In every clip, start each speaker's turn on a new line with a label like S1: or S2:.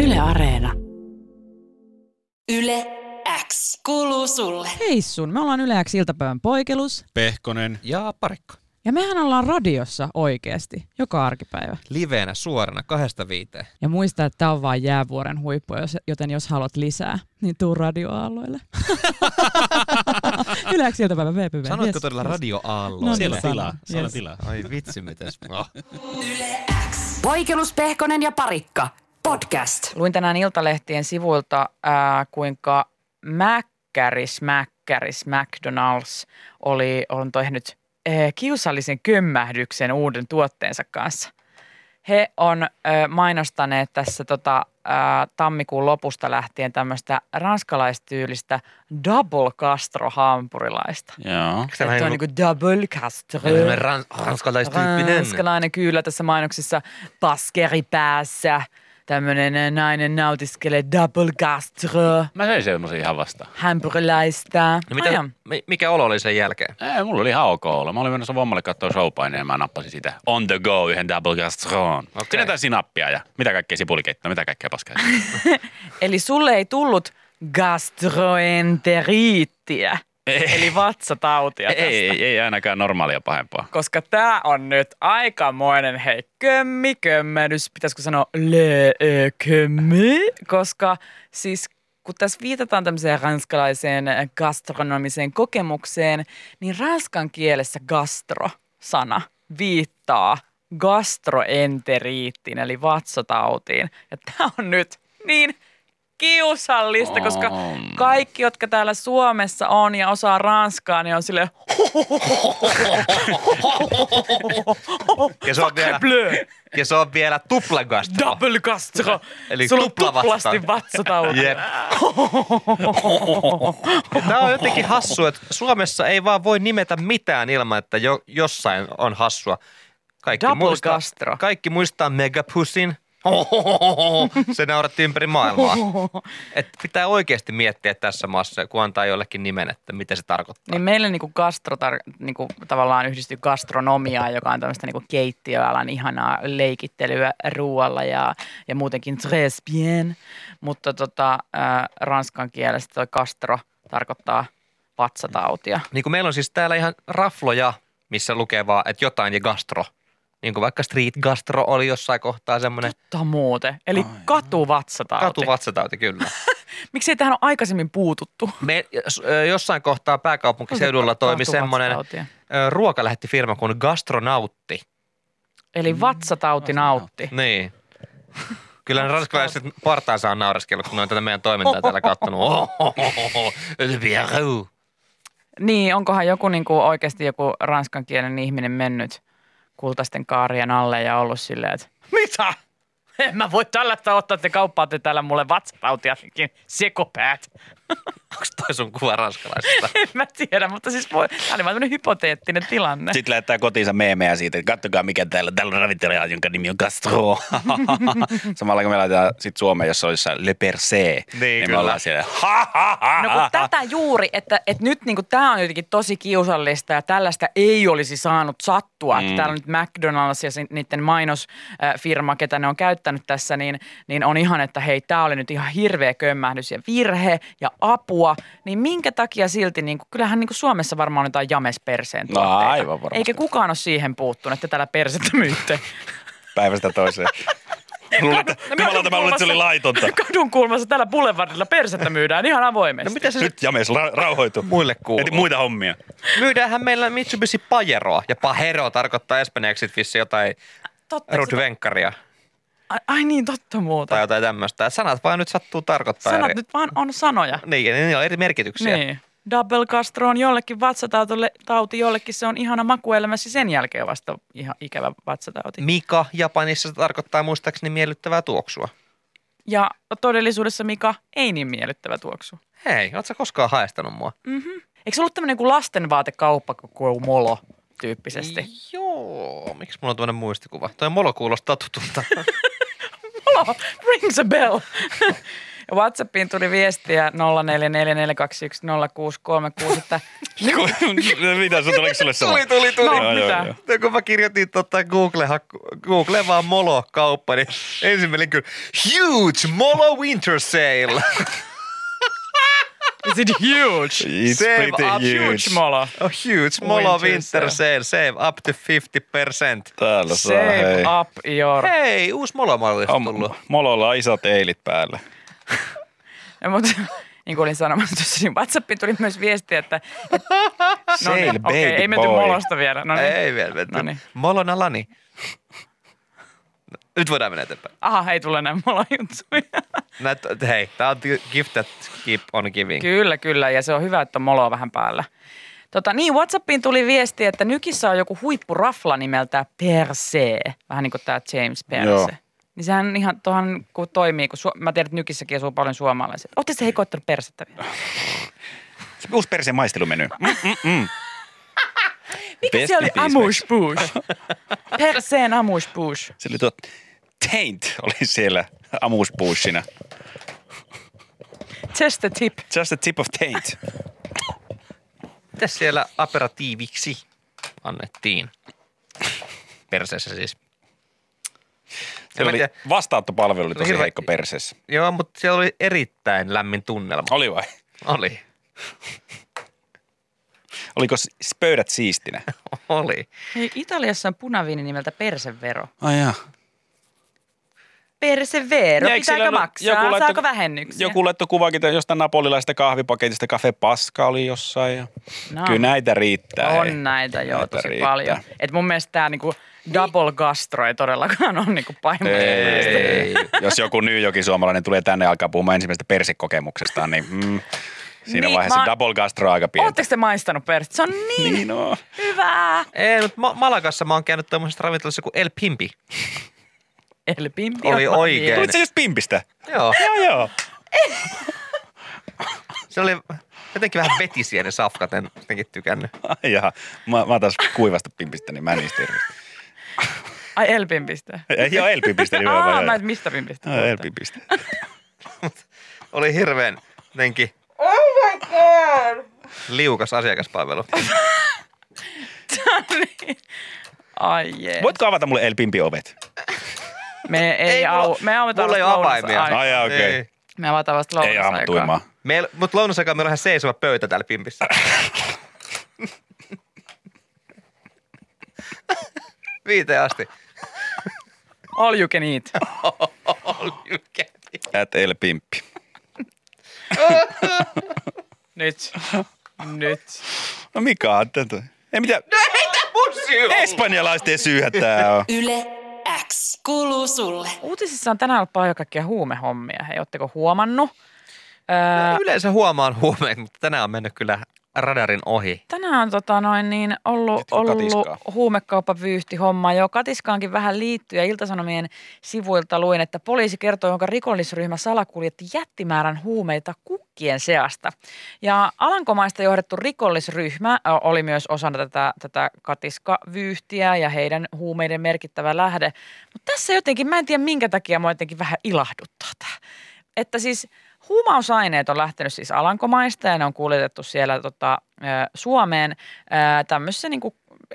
S1: Yle Areena.
S2: Yle X kuuluu sulle.
S1: Hei sun, me ollaan Yle X iltapäivän poikelus.
S3: Pehkonen.
S4: Ja parikko.
S1: Ja mehän ollaan radiossa oikeasti, joka arkipäivä.
S4: Liveenä suorana kahdesta viiteen.
S1: Ja muista, että tää on vaan jäävuoren huippu, jos- joten jos haluat lisää, niin tuu radioaalloille. Yle X iltapäivän VPV.
S4: Sanoitko
S1: Yes,
S4: todella
S1: yes.
S4: radioaallo?
S1: No niin,
S3: Siellä on
S1: sano.
S3: tilaa. Siellä on
S1: Yes.
S3: tilaa.
S4: Ai vitsi, mitäs. Oh.
S2: Poikelus Pehkonen ja Parikka. Podcast.
S5: Luin tänään Iltalehtien sivuilta, ää, kuinka Mäkkäris, Mäkkäris, McDonald's oli, on tehnyt ää, kiusallisen kömmähdyksen uuden tuotteensa kanssa. He on ää, mainostaneet tässä tota, ää, tammikuun lopusta lähtien tämmöistä ranskalaistyylistä double castro hampurilaista.
S3: Joo.
S5: Että on niinku double castro.
S4: Rans- ranskalaistyyppinen.
S5: Ranskalainen kyllä tässä mainoksessa paskeri päässä. Tämmöinen nainen nautiskelee double gastro,
S6: Mä söin semmoisen ihan vastaan.
S5: hampurilaista.
S4: No mitä, mi- mikä olo oli sen jälkeen?
S6: Ei, mulla oli ihan ok olla. Mä olin menossa vommalle katsoa showpaineen ja mä nappasin sitä on the go yhden double gastron. Okay. Siinä jotain sinappia ja mitä kaikkea sipulikeittoa, mitä kaikkea paskaa.
S5: Eli sulle ei tullut gastroenteriittiä, eli vatsatautia
S6: ei,
S5: tästä.
S6: ei, ei, ainakaan normaalia pahempaa.
S5: Koska tää on nyt aikamoinen hei kömmi kömmennys. Pitäisikö sanoa le ö, kömmi? Koska siis kun tässä viitataan tämmöiseen ranskalaiseen gastronomiseen kokemukseen, niin ranskan kielessä gastro-sana viittaa gastroenteriittiin, eli vatsatautiin. Ja tämä on nyt niin kiusallista, koska
S6: On.
S5: kaikki, jotka täällä Suomessa on ja osaa ranskaa, niin on silleen
S4: Ja se on vielä,
S5: bleu.
S4: ja se on vielä tuplagastro.
S5: Double gastro.
S4: Eli
S5: Sulla on
S4: tuplavasta.
S5: tuplasti vatsatauti.
S4: Jep. Ja Tämä on jotenkin hassu, että Suomessa ei vaan voi nimetä mitään ilman, että jo, jossain on hassua. Kaikki
S5: Double
S4: muistaa,
S5: gastro.
S4: Kaikki muistaa Megapussin. Se nauratti ympäri maailmaa. Et pitää oikeasti miettiä tässä maassa, kun antaa jollekin nimen, että mitä se tarkoittaa.
S5: Niin meillä niinku gastro tar- niinku tavallaan yhdistyy gastronomiaan, joka on tämmöistä niinku keittiöalan ihanaa leikittelyä ruoalla ja, ja muutenkin très bien. Mutta tota, äh, ranskan kielestä toi gastro tarkoittaa vatsatautia.
S4: Niin kuin meillä on siis täällä ihan rafloja, missä lukee vaan, että jotain ja gastro. Niin kuin vaikka street gastro oli jossain kohtaa semmoinen
S5: Totta muuten. Eli katuvatsatauti.
S4: katuvatsatauti kyllä.
S5: Miksei tähän ole aikaisemmin puututtu?
S4: Me, jos- ö, jossain kohtaa pääkaupunkiseudulla toimi semmoinen
S5: Katuvatsatautia.
S4: ö, ruokalähettifirma kuin Gastronautti.
S5: Eli vatsatauti nautti.
S4: Niin. Kyllä ne ranskalaiset partaansa on naureskellut, kun ne on tätä meidän toimintaa täällä kattonut. Ohohoho, le Pierrot.
S5: Niin, onkohan joku niin kuin oikeasti joku ranskankielinen ihminen mennyt kultaisten kaarien alle ja ollut silleen, että mitä? En mä voi tällaista ottaa, että kauppaatte täällä mulle vatsatautiakin sekopäät.
S4: Onko toi sun kuva ranskalaisesta?
S5: En mä tiedä, mutta siis voi, tämä oli vaan tämmöinen hypoteettinen tilanne.
S6: Sitten lähettää kotiinsa meemejä siitä, että kattokaa mikä täällä, täällä on ravintola, jonka nimi on Castro. Samalla kun me laitetaan sitten Suomeen, jossa on jossain Le Perse, niin me
S4: kyllä.
S6: ollaan siellä ha ha ha
S5: No kun tätä juuri, että, että nyt niin tämä on jotenkin tosi kiusallista ja tällaista ei olisi saanut sattua. Mm. Täällä on nyt McDonald's ja sen- niiden mainosfirma, ketä ne on käyttänyt tässä, niin, niin on ihan, että hei, tämä oli nyt ihan hirveä kömmähdys ja virhe ja apua. Niin minkä takia silti, niin kuin, kyllähän niin kuin Suomessa varmaan on jotain jamesperseen
S6: No
S5: tuotteita.
S6: aivan varmasti.
S5: Eikä kukaan ole siihen puuttunut, että täällä persettä myytte.
S6: päivästä toiseen. Luulet, jumalauta, mä luulen, että se oli laitonta.
S5: Kadun kulmassa täällä Boulevardilla persettä myydään ihan avoimesti.
S4: No mitä se
S6: Nyt James ra- rauhoitu.
S4: muille kuuluu?
S6: Eti muita hommia.
S4: Myydäänhän meillä Mitsubishi Pajeroa. Ja Pajero tarkoittaa espanjaksi sit vissiin jotain
S5: Totta, se-
S4: rudvenkkaria
S5: Ai, ai niin, totta muuta.
S4: tai jotain tämmöistä. Sanat vaan nyt sattuu tarkoittaa
S5: Sanat
S4: eri.
S5: nyt vaan on sanoja.
S4: Niin, ja niillä on eri merkityksiä.
S5: Niin. Double Castro on jollekin vatsatautille, tauti jollekin se on ihana makuelämäsi, sen jälkeen vasta ihan ikävä
S6: Mm.
S5: vatsatauti.
S4: Mika Japanissa tarkoittaa muistaakseni miellyttävää tuoksua.
S5: Ja todellisuudessa Mika ei niin miellyttävä tuoksu.
S4: Hei, ootko sä koskaan haistanut mua?
S5: Eikö se ollut tämmöinen kuin lastenvaatekauppa kuin Molo tyyppisesti?
S4: Joo, miksi mulla on tämmöinen muistikuva? Toi molo kuulostaa tutulta.
S5: Molo, rings a bell. Ja WhatsAppiin tuli viestiä 0444210636, että
S6: Mitä se tuleeko sulle sama?
S4: Tuli, tuli, tuli.
S5: No,
S6: Joo, joo,
S5: mitä?
S6: joo.
S4: No, kun mä kirjoitin tota Google, haku- Google vaan molo kauppa, niin ensimmäinen kyllä huge molo winter sale.
S5: Is it huge?
S6: It's
S4: Save
S6: pretty
S4: up
S5: Huge
S6: huge.
S5: mola.
S4: A huge molo
S5: Winter
S4: winter sale, save up to 50%.
S6: Täällä saa,
S5: Save
S6: hei.
S5: up your...
S4: Hei, uusi molomalli on tullut.
S6: On, mololla on isot eilit päällä.
S5: No, mutta niin kuin olin sanomassa tuossa, niin WhatsAppiin tuli myös viestiä, että... et- no
S6: Sail,
S5: niin, okei,
S6: baby
S5: ei menty
S6: boy.
S5: molosta vielä. No niin.
S4: Ei vielä,
S5: No
S4: no
S5: niin.
S4: molon alani. Nyt voidaan mennä eteenpäin.
S5: Aha, ei tule enää molojuttuja.
S4: Näet, hei, tää on gift that keep on giving.
S5: Kyllä, kyllä, ja se on hyvä, että on moloa vähän päällä. Tota, niin, Whatsappiin tuli viesti, että Nykissä on joku huippurafla nimeltä Perse, vähän niin kuin tämä James Perse.
S6: Joo.
S5: Niin sehän ihan tuohon kun toimii, kun su- mä tiedän, että Nykissäkin asuu paljon suomalaisia. Ootte te hei koittanut persettä vielä?
S6: Se Uusi perseen maistelumeny.
S5: Mikä
S6: Best
S5: se oli?
S6: in business.
S5: Amush Bush. Perseen Amush Bush.
S6: Se oli tuo taint oli siellä amuspuussina.
S5: Just the tip.
S6: Just a tip of taint.
S4: Mitäs siellä aperatiiviksi annettiin? Perseessä siis.
S6: Siellä oli
S4: tiedä.
S6: vastaanottopalvelu oli tosi
S4: Hirve-
S6: heikko perseessä.
S4: Joo, mutta siellä oli erittäin lämmin tunnelma.
S6: Oli vai?
S4: Oli.
S6: Oliko s- pöydät siistinä?
S4: Oli.
S5: Hei, Italiassa on punaviini nimeltä persevero.
S6: Ai jaa.
S5: Persevero,
S6: Ja eikö sillä
S5: pitääkö
S6: ollut-
S5: maksaa?
S6: joku laittoi-
S5: Saako vähennyksiä?
S6: Joku laittoi kuvakin tämän jostain napolilaista kahvipaketista, Cafe Pasca oli jossain. Ja...
S5: No.
S6: No. Kyllä näitä riittää.
S5: on
S6: ei.
S5: näitä joo
S6: Näitä
S5: tosi
S6: riittää.
S5: paljon. Et mun mielestä tämä niinku double gastro ei todellakaan ole niinku paimallinen.
S6: Ei. Jos joku New Yorkin suomalainen tulee tänne ja alkaa puhumaan ensimmäisestä persekokemuksestaan, niin mm, siinä
S5: Niin,
S6: niin, vaiheessa
S5: mä-
S6: mä... double gastro on aika pientä.
S5: Oletteko te maistanut perstä? Se on niin,
S6: Niin on.
S5: hyvää.
S4: Ei, mutta Ma- Malakassa mä oon käynyt tuommoisessa ravintolassa kuin El Pimpi.
S5: Eli pimpi
S4: Oli
S5: on
S4: oikein.
S5: hieno.
S6: Tulit sä just pimpistä?
S4: Joo.
S6: Joo, joo.
S4: Se oli jotenkin vähän vetisiä ne safkat, en jotenkin tykännyt.
S6: Ai jaha. Mä, mä oon taas kuivasta pimpistä, niin mä en niistä hirveästi.
S5: Ai elpimpistä.
S6: Ei ole elpipistä nimenomaan.
S5: Aa,
S6: joo.
S5: mä et mistä pimpistä.
S6: Joo, elpipistä.
S4: Oli hirveän jotenkin liukas asiakaspalvelu.
S5: Ai jee.
S6: Voitko avata mulle elpimpi ovet?
S5: Me ei,
S4: Ei
S5: ei
S4: mulla-
S5: au, me avataan
S4: mulla ei
S5: vasta
S4: ole avaimia.
S5: lounasaikaan.
S6: Ai jaa, okei.
S4: Ei.
S5: Me avataan vasta
S6: Ei aamu
S5: lounasaikaan.
S6: tuimaa.
S4: Meil, mut lounasaikaan meillä on ihan seisova pöytä täällä pimpissä. Viiteen asti.
S5: All you can eat.
S6: At elpimpi.
S5: Nyt. Nyt.
S6: No mikä on tätä? Ei mitään.
S4: Pussi on!
S6: Espanjalaisten syyhä tää on.
S2: Yle X. Kuuluu sulle.
S5: Uutisissa on tänään ollut paljon kaikkia huumehommia. Hei, ootteko huomannut? Öö,
S4: Yleensä huomaan huumeet, mutta tänään on mennyt kyllä radarin ohi.
S5: Tänään on tota noin, niin ollut,
S6: Sitten kun
S5: ollut
S6: katiskaa.
S5: huumekauppavyyhti homma jo katiskaankin vähän liittyy ja Iltasanomien sivuilta luin, että poliisi kertoo, jonka rikollisryhmä salakuljetti jättimäärän huumeita kukkien seasta. Ja Alankomaista johdettu rikollisryhmä ö, oli myös osana tätä, tätä katiskavyyhtiä ja heidän huumeiden merkittävä lähde. Mutta tässä jotenkin, mä en tiedä minkä takia mua jotenkin vähän ilahduttaa tämä. Että siis huumausaineet on lähtenyt siis Alankomaista ja ne on kuljetettu siellä tota, ö, Suomeen tämmöisessä niin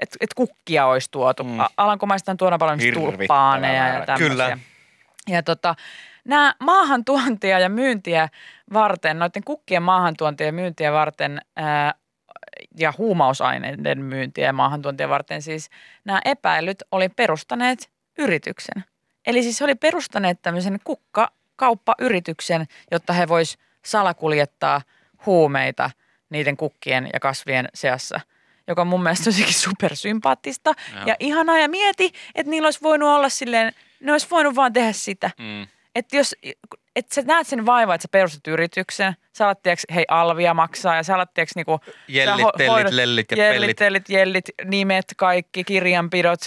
S5: että et kukkia olisi tuotu. Mm. Alankomaista on tuoda paljon esimerkiksi
S6: Hirvittävä
S5: tulppaaneja ja
S6: määrä.
S5: tämmöisiä.
S4: Kyllä.
S5: Ja tota, nämä maahantuontia ja myyntiä varten, noiden kukkien maahantuontia ja myyntiä varten ää, ja huumausaineiden myyntiä ja maahantuontia varten siis nämä epäilyt oli perustaneet yrityksen. Eli siis he oli perustaneet tämmöisen kukkakauppayrityksen, jotta he vois salakuljettaa huumeita niiden kukkien ja kasvien seassa, joka on mun mielestä tosikin supersympaattista ja, ja ihanaa. Ja mieti, että niillä olisi voinut olla silleen, ne olisi voinut vaan tehdä sitä.
S6: Mm.
S5: Että jos, että sä näet sen vaivaa, että sä perustat yrityksen, sä alat, tiiäks, hei alvia maksaa ja sä alat, tiiäks, niinku, sä
S4: Jellit, tellit, lellit ja
S5: jellit,
S4: pellit.
S5: tellit, jellit, nimet, kaikki, kirjanpidot.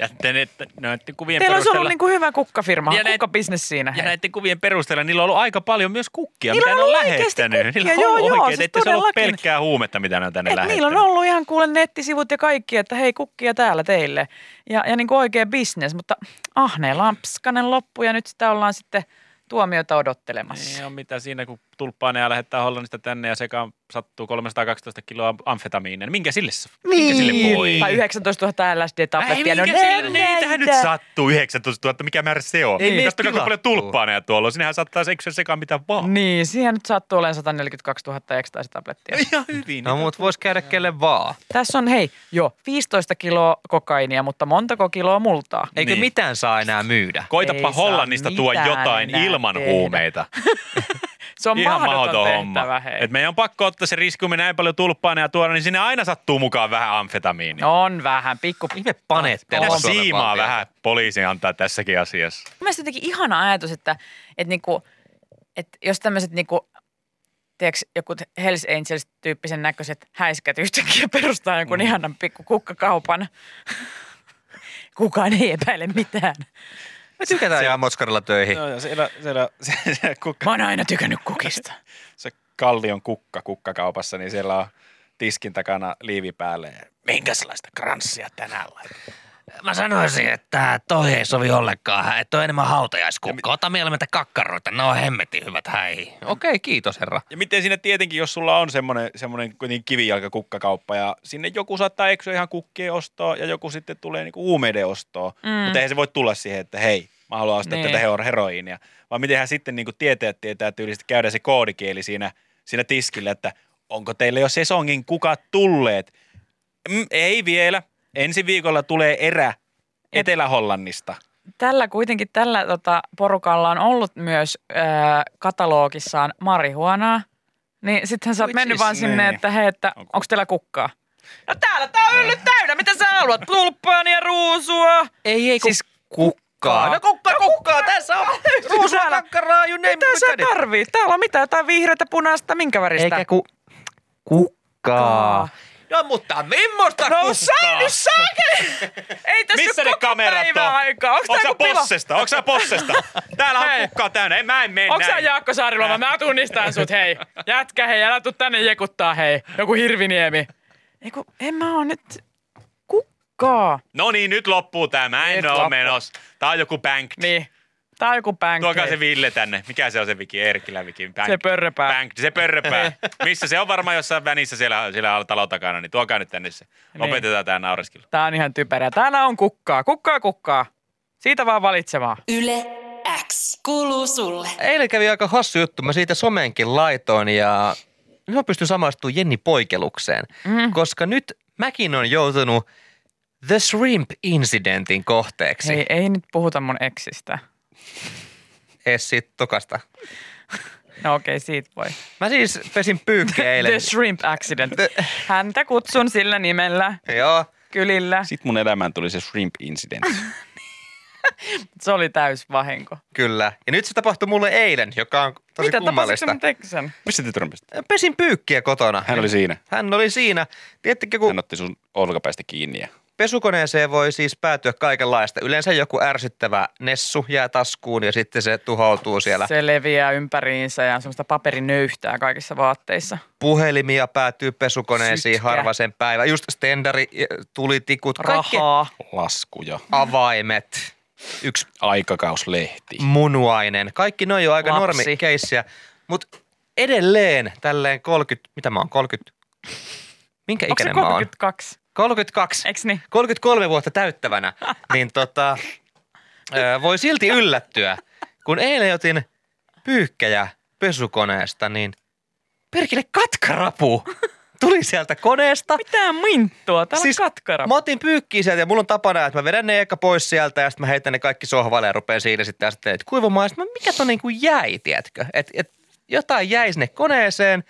S3: Ja te, ne, näiden kuvien
S5: Teillä olisi
S3: perusteella,
S5: ollut niinku hyvä kukkafirma,
S3: Ja näit-
S5: kukkabisnes siinä.
S3: ja
S5: hei.
S3: näiden kuvien perusteella niillä on ollut aika paljon myös kukkia,
S5: Niillä
S3: mitä
S5: on
S3: ne on
S5: ollut oikeasti
S3: lähettänyt.
S5: kukkia,
S3: niillä on
S5: joo,
S3: ollut
S5: joo,
S3: oikein,
S5: siis
S3: ettei se ollut
S5: todellakin.
S3: pelkkää huumetta, mitä ne on tänne
S5: Et niillä
S3: lähettänyt.
S5: on ollut ihan kuule nettisivut ja kaikki, että hei kukkia täällä teille. niinku ah, Ja, ja niin kuin oikea bisnes, mutta ahne lampskanen loppu ja nyt sitä ollaan sitten tuomiota odottelemassa.
S6: Ei ole mitään siinä, kun tulppaaneja lähettää Hollannista tänne ja sekaan sattuu 312 kiloa amfetamiinia. Minkä sille, minkä sille voi?
S5: Niin. Tai 19 000 LSD-tablettia.
S6: Ei,
S5: no
S6: mikä sille?
S5: ne
S6: Niitähän nyt
S5: näitä.
S6: sattuu 19 000, mikä määrä se on?
S3: Ei
S6: Ei,
S3: niitä
S6: Katsokaa, kuinka paljon
S3: tilattua.
S6: tulppaaneja tuolla on. Sinähän saattaa seksyä sekaan mitä vaan.
S5: Niin, siihen nyt sattuu olemaan 142 000 ekstaasitablettia.
S6: Ihan hyvin.
S3: No mut vois käydä kelle vaan.
S5: Tässä on, hei, jo 15 kiloa kokainia, mutta montako kiloa multaa?
S3: Eikö
S6: Niin.
S3: mitään saa enää myydä?
S6: Koitapa
S5: Ei saa
S6: Hollannista tuo
S5: mitään
S6: jotain
S5: enää
S6: ilman
S5: tehdä.
S6: huumeita.
S5: Se on
S6: Ihan
S5: mahdoton
S6: mahdoton
S5: tehtävä,
S6: homma.
S5: hei.
S6: Et meidän on pakko ottaa se riski, kun me näin paljon tulppaana ja tuoda, niin sinne aina sattuu mukaan vähän amfetamiinia.
S5: On vähän, pikku.
S3: Ihme panettelu.
S6: Tässä
S3: Suomen
S6: siimaa
S3: valtio.
S6: vähän poliisi antaa tässäkin asiassa.
S5: Mielestäni jotenkin ihana ajatus, että, että, niinku, että jos tämmöiset niinku, tiedätkö, joku Hells Angels-tyyppisen näköiset häiskät yhtäkkiä perustaa jonkun mm. ihanan pikku kukkakaupan. Kukaan ei epäile mitään.
S3: Me tykätään jää Moskarilla töihin.
S6: Joo, siellä, siellä, siellä
S5: Mä oon aina tykännyt kukista.
S6: se kallion kukka kukkakaupassa, niin siellä on tiskin takana liivi päälle. Minkälaista kranssia tänään laitetaan?
S3: Mä sanoisin, että toi ei sovi ollenkaan. Hä- Että on enemmän hautajaiskukka. Ota mieluummin niitä kakkaroita. Ne on hemmetin hyvät häihin. Okei, kiitos herra.
S6: Ja miten siinä tietenkin, jos sulla on semmoinen, semmoinen kuitenkin kivijalkakukkakauppa ja sinne joku saattaa eksyä ihan kukkien ostoa ja joku sitten tulee niinku huumeiden ostoon. Mm. Mutta eihän se voi tulla siihen, että hei, mä haluan ostaa
S5: Niin.
S6: tätä hero- heroiinia. Vaan mitenhän sitten niinku tietäjät tietää tyylisesti käydä se koodikieli siinä, siinä tiskillä, että onko teille jo sesongin kukat tulleet. Mm, ei vielä. Ensi viikolla tulee erä Etelä-Hollannista.
S5: Tällä kuitenkin, tällä tota, porukalla on ollut myös ö, katalogissaan marihuanaa. Niin sittenhän sä oot
S3: Which
S5: mennyt
S3: is-
S5: vaan sinne,
S6: niin.
S5: että hei, että
S6: Onko-
S5: onko teillä kukkaa? No täällä tää on hyllyt täynnä, mitä sä haluat? Tulppaania, ruusua.
S3: Ei, ei, siis kukkaa.
S5: No Siis
S3: kukka, kukkaa. Tässä on ruusua, kakkaraa, you name
S5: Mitä sä tarvii? Täällä on mitä? Jotain vihreätä, punaista, minkä väristä?
S3: Eikä ku... Kukkaa. No mutta millaista
S5: No sä nyt saakeli! Ei tässä
S6: Missä
S5: ole
S6: ne
S5: koko
S6: kamerat
S5: päivää
S6: on?
S5: aikaa. Onks
S6: Onko
S5: tää
S6: sä
S5: joku pila-
S6: possesta? Onko sä possesta? Täällä on kukkaa täynnä. En, mä en mene
S5: Onks sä
S6: näin.
S5: Jaakko Saariloma? Mä tunnistan sut, hei. Jätkä, hei, älä tuu tänne jekuttaa, hei. Joku hirviniemi. Eiku, en mä oo nyt kukkaa.
S6: No niin, nyt loppuu tämä. Mä en
S5: Nyt
S6: ole
S5: loppuu.
S6: menossa. Tää on joku bank.
S5: Niin. Tää on joku pancake.
S6: Tuokaa se Ville tänne. Mikä se on se viki? Erkilä viki. Bank.
S5: Se Niin. pörröpää.
S6: Bank. Se pörröpää. Missä se on varmaan jossain vänissä siellä, siellä talon takana, niin tuokaa nyt tänne se. Lopetetaan tää naureskelu.
S5: Tää on ihan typerää. Täällä on kukkaa. Kukkaa, kukkaa. Siitä vaan valitsemaan.
S2: Yle X kuuluu sulle.
S3: Eilen kävi aika hassu juttu. Mä siitä somenkin laitoin ja nyt mä pystyn samaistumaan Jenni Poikelukseen.
S5: Mm-hmm.
S3: Mm. Koska nyt mäkin on joutunut The Shrimp Incidentin kohteeksi.
S5: Ei,
S3: Ei.
S5: ei nyt puhuta mun eksistä.
S3: Ees siitä tokasta.
S5: No okei, okay, siitä voi.
S3: Mä siis pesin pyykkiä eilen.
S5: The Shrimp Accident.
S3: The-
S5: Häntä kutsun sillä nimellä,
S3: Joo.
S5: kylillä.
S7: Sitten mun elämään tuli se shrimp incident.
S5: Se oli täys vahinko.
S3: Kyllä. Ja nyt se tapahtui mulle eilen, joka on tosi
S5: Mitä
S3: kummallista.
S5: tapasitte sen?
S7: Mistä te törmäsit?
S3: Pesin pyykkiä kotona.
S7: Hän oli siinä.
S3: Hän oli siinä. Tiedättekö, kun
S7: Hän otti sun olkapäästä kiinni ja
S3: pesukoneeseen voi siis päätyä kaikenlaista. Yleensä joku ärsyttävä nessu jää taskuun ja sitten se tuhoutuu siellä.
S5: Se leviää ympäriinsä ja on semmoista paperinöyhtää kaikissa vaatteissa.
S3: Puhelimia päätyy pesukoneisiin
S5: Sytkä.
S3: harva sen päivä. Just stendari,
S4: eh,
S3: tulitikut, kaikki
S5: Rahaa.
S7: laskuja,
S3: avaimet, yksi
S7: aikakauslehti.
S3: munuainen. Kaikki ne on jo aika
S5: Lapsi.
S3: normikeissiä. Mutta edelleen tälleen 30, mitä mä oon, 30? Minkä
S5: Onko se
S3: ikäinen mä oon?
S5: 32?
S3: 32.
S5: Eiks niin?
S3: 33 vuotta täyttävänä, niin tota, ö, voi silti yllättyä. Kun eilen otin pyykkejä pesukoneesta, niin perkele katkarapu tuli sieltä koneesta.
S5: Tää minttua, täällä siis,
S3: Siis
S5: on katkara.
S3: Mä otin pyykkiä sieltä ja mulla on tapana, että mä vedän ne eka pois sieltä ja sitten mä heitän ne kaikki sohvalle ja rupean siinä sitten ajattelemaan, että kuivamaan. Ja sit mä, mikä ton niinku jäi, tiedätkö? Et, et, jotain jäi sinne koneeseen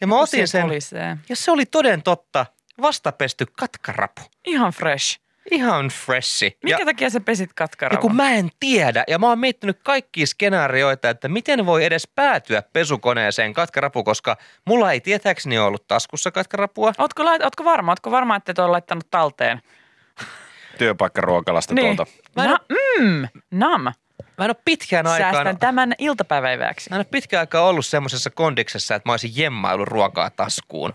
S3: ja mä otin sen.
S5: Kolisee.
S3: Ja se oli toden totta vastapesty katkarapu.
S5: Ihan fresh.
S3: Ihan freshi.
S5: Minkä
S3: ja,
S5: takia sä pesit
S3: ja kun
S5: katkaravan?
S3: mä en tiedä, ja mä oon miettinyt kaikkia skenaarioita, että miten voi edes päätyä pesukoneeseen katkarapu, koska mulla ei tietääkseni ollut taskussa katkarapua.
S5: Ootko, lait, ootko varma? Ootko varma, että et ole laittanut talteen?
S7: Työpaikkaruokalasta niin. tuolta.
S5: Mä Na, mm, nam.
S3: Mä en ole pitkään aikaan...
S5: Säästän tämän iltapäiväiväksi.
S3: Mä en ole pitkään aikaa ollut semmoisessa kondiksessa, että mä olisin jemmailu ruokaa taskuun.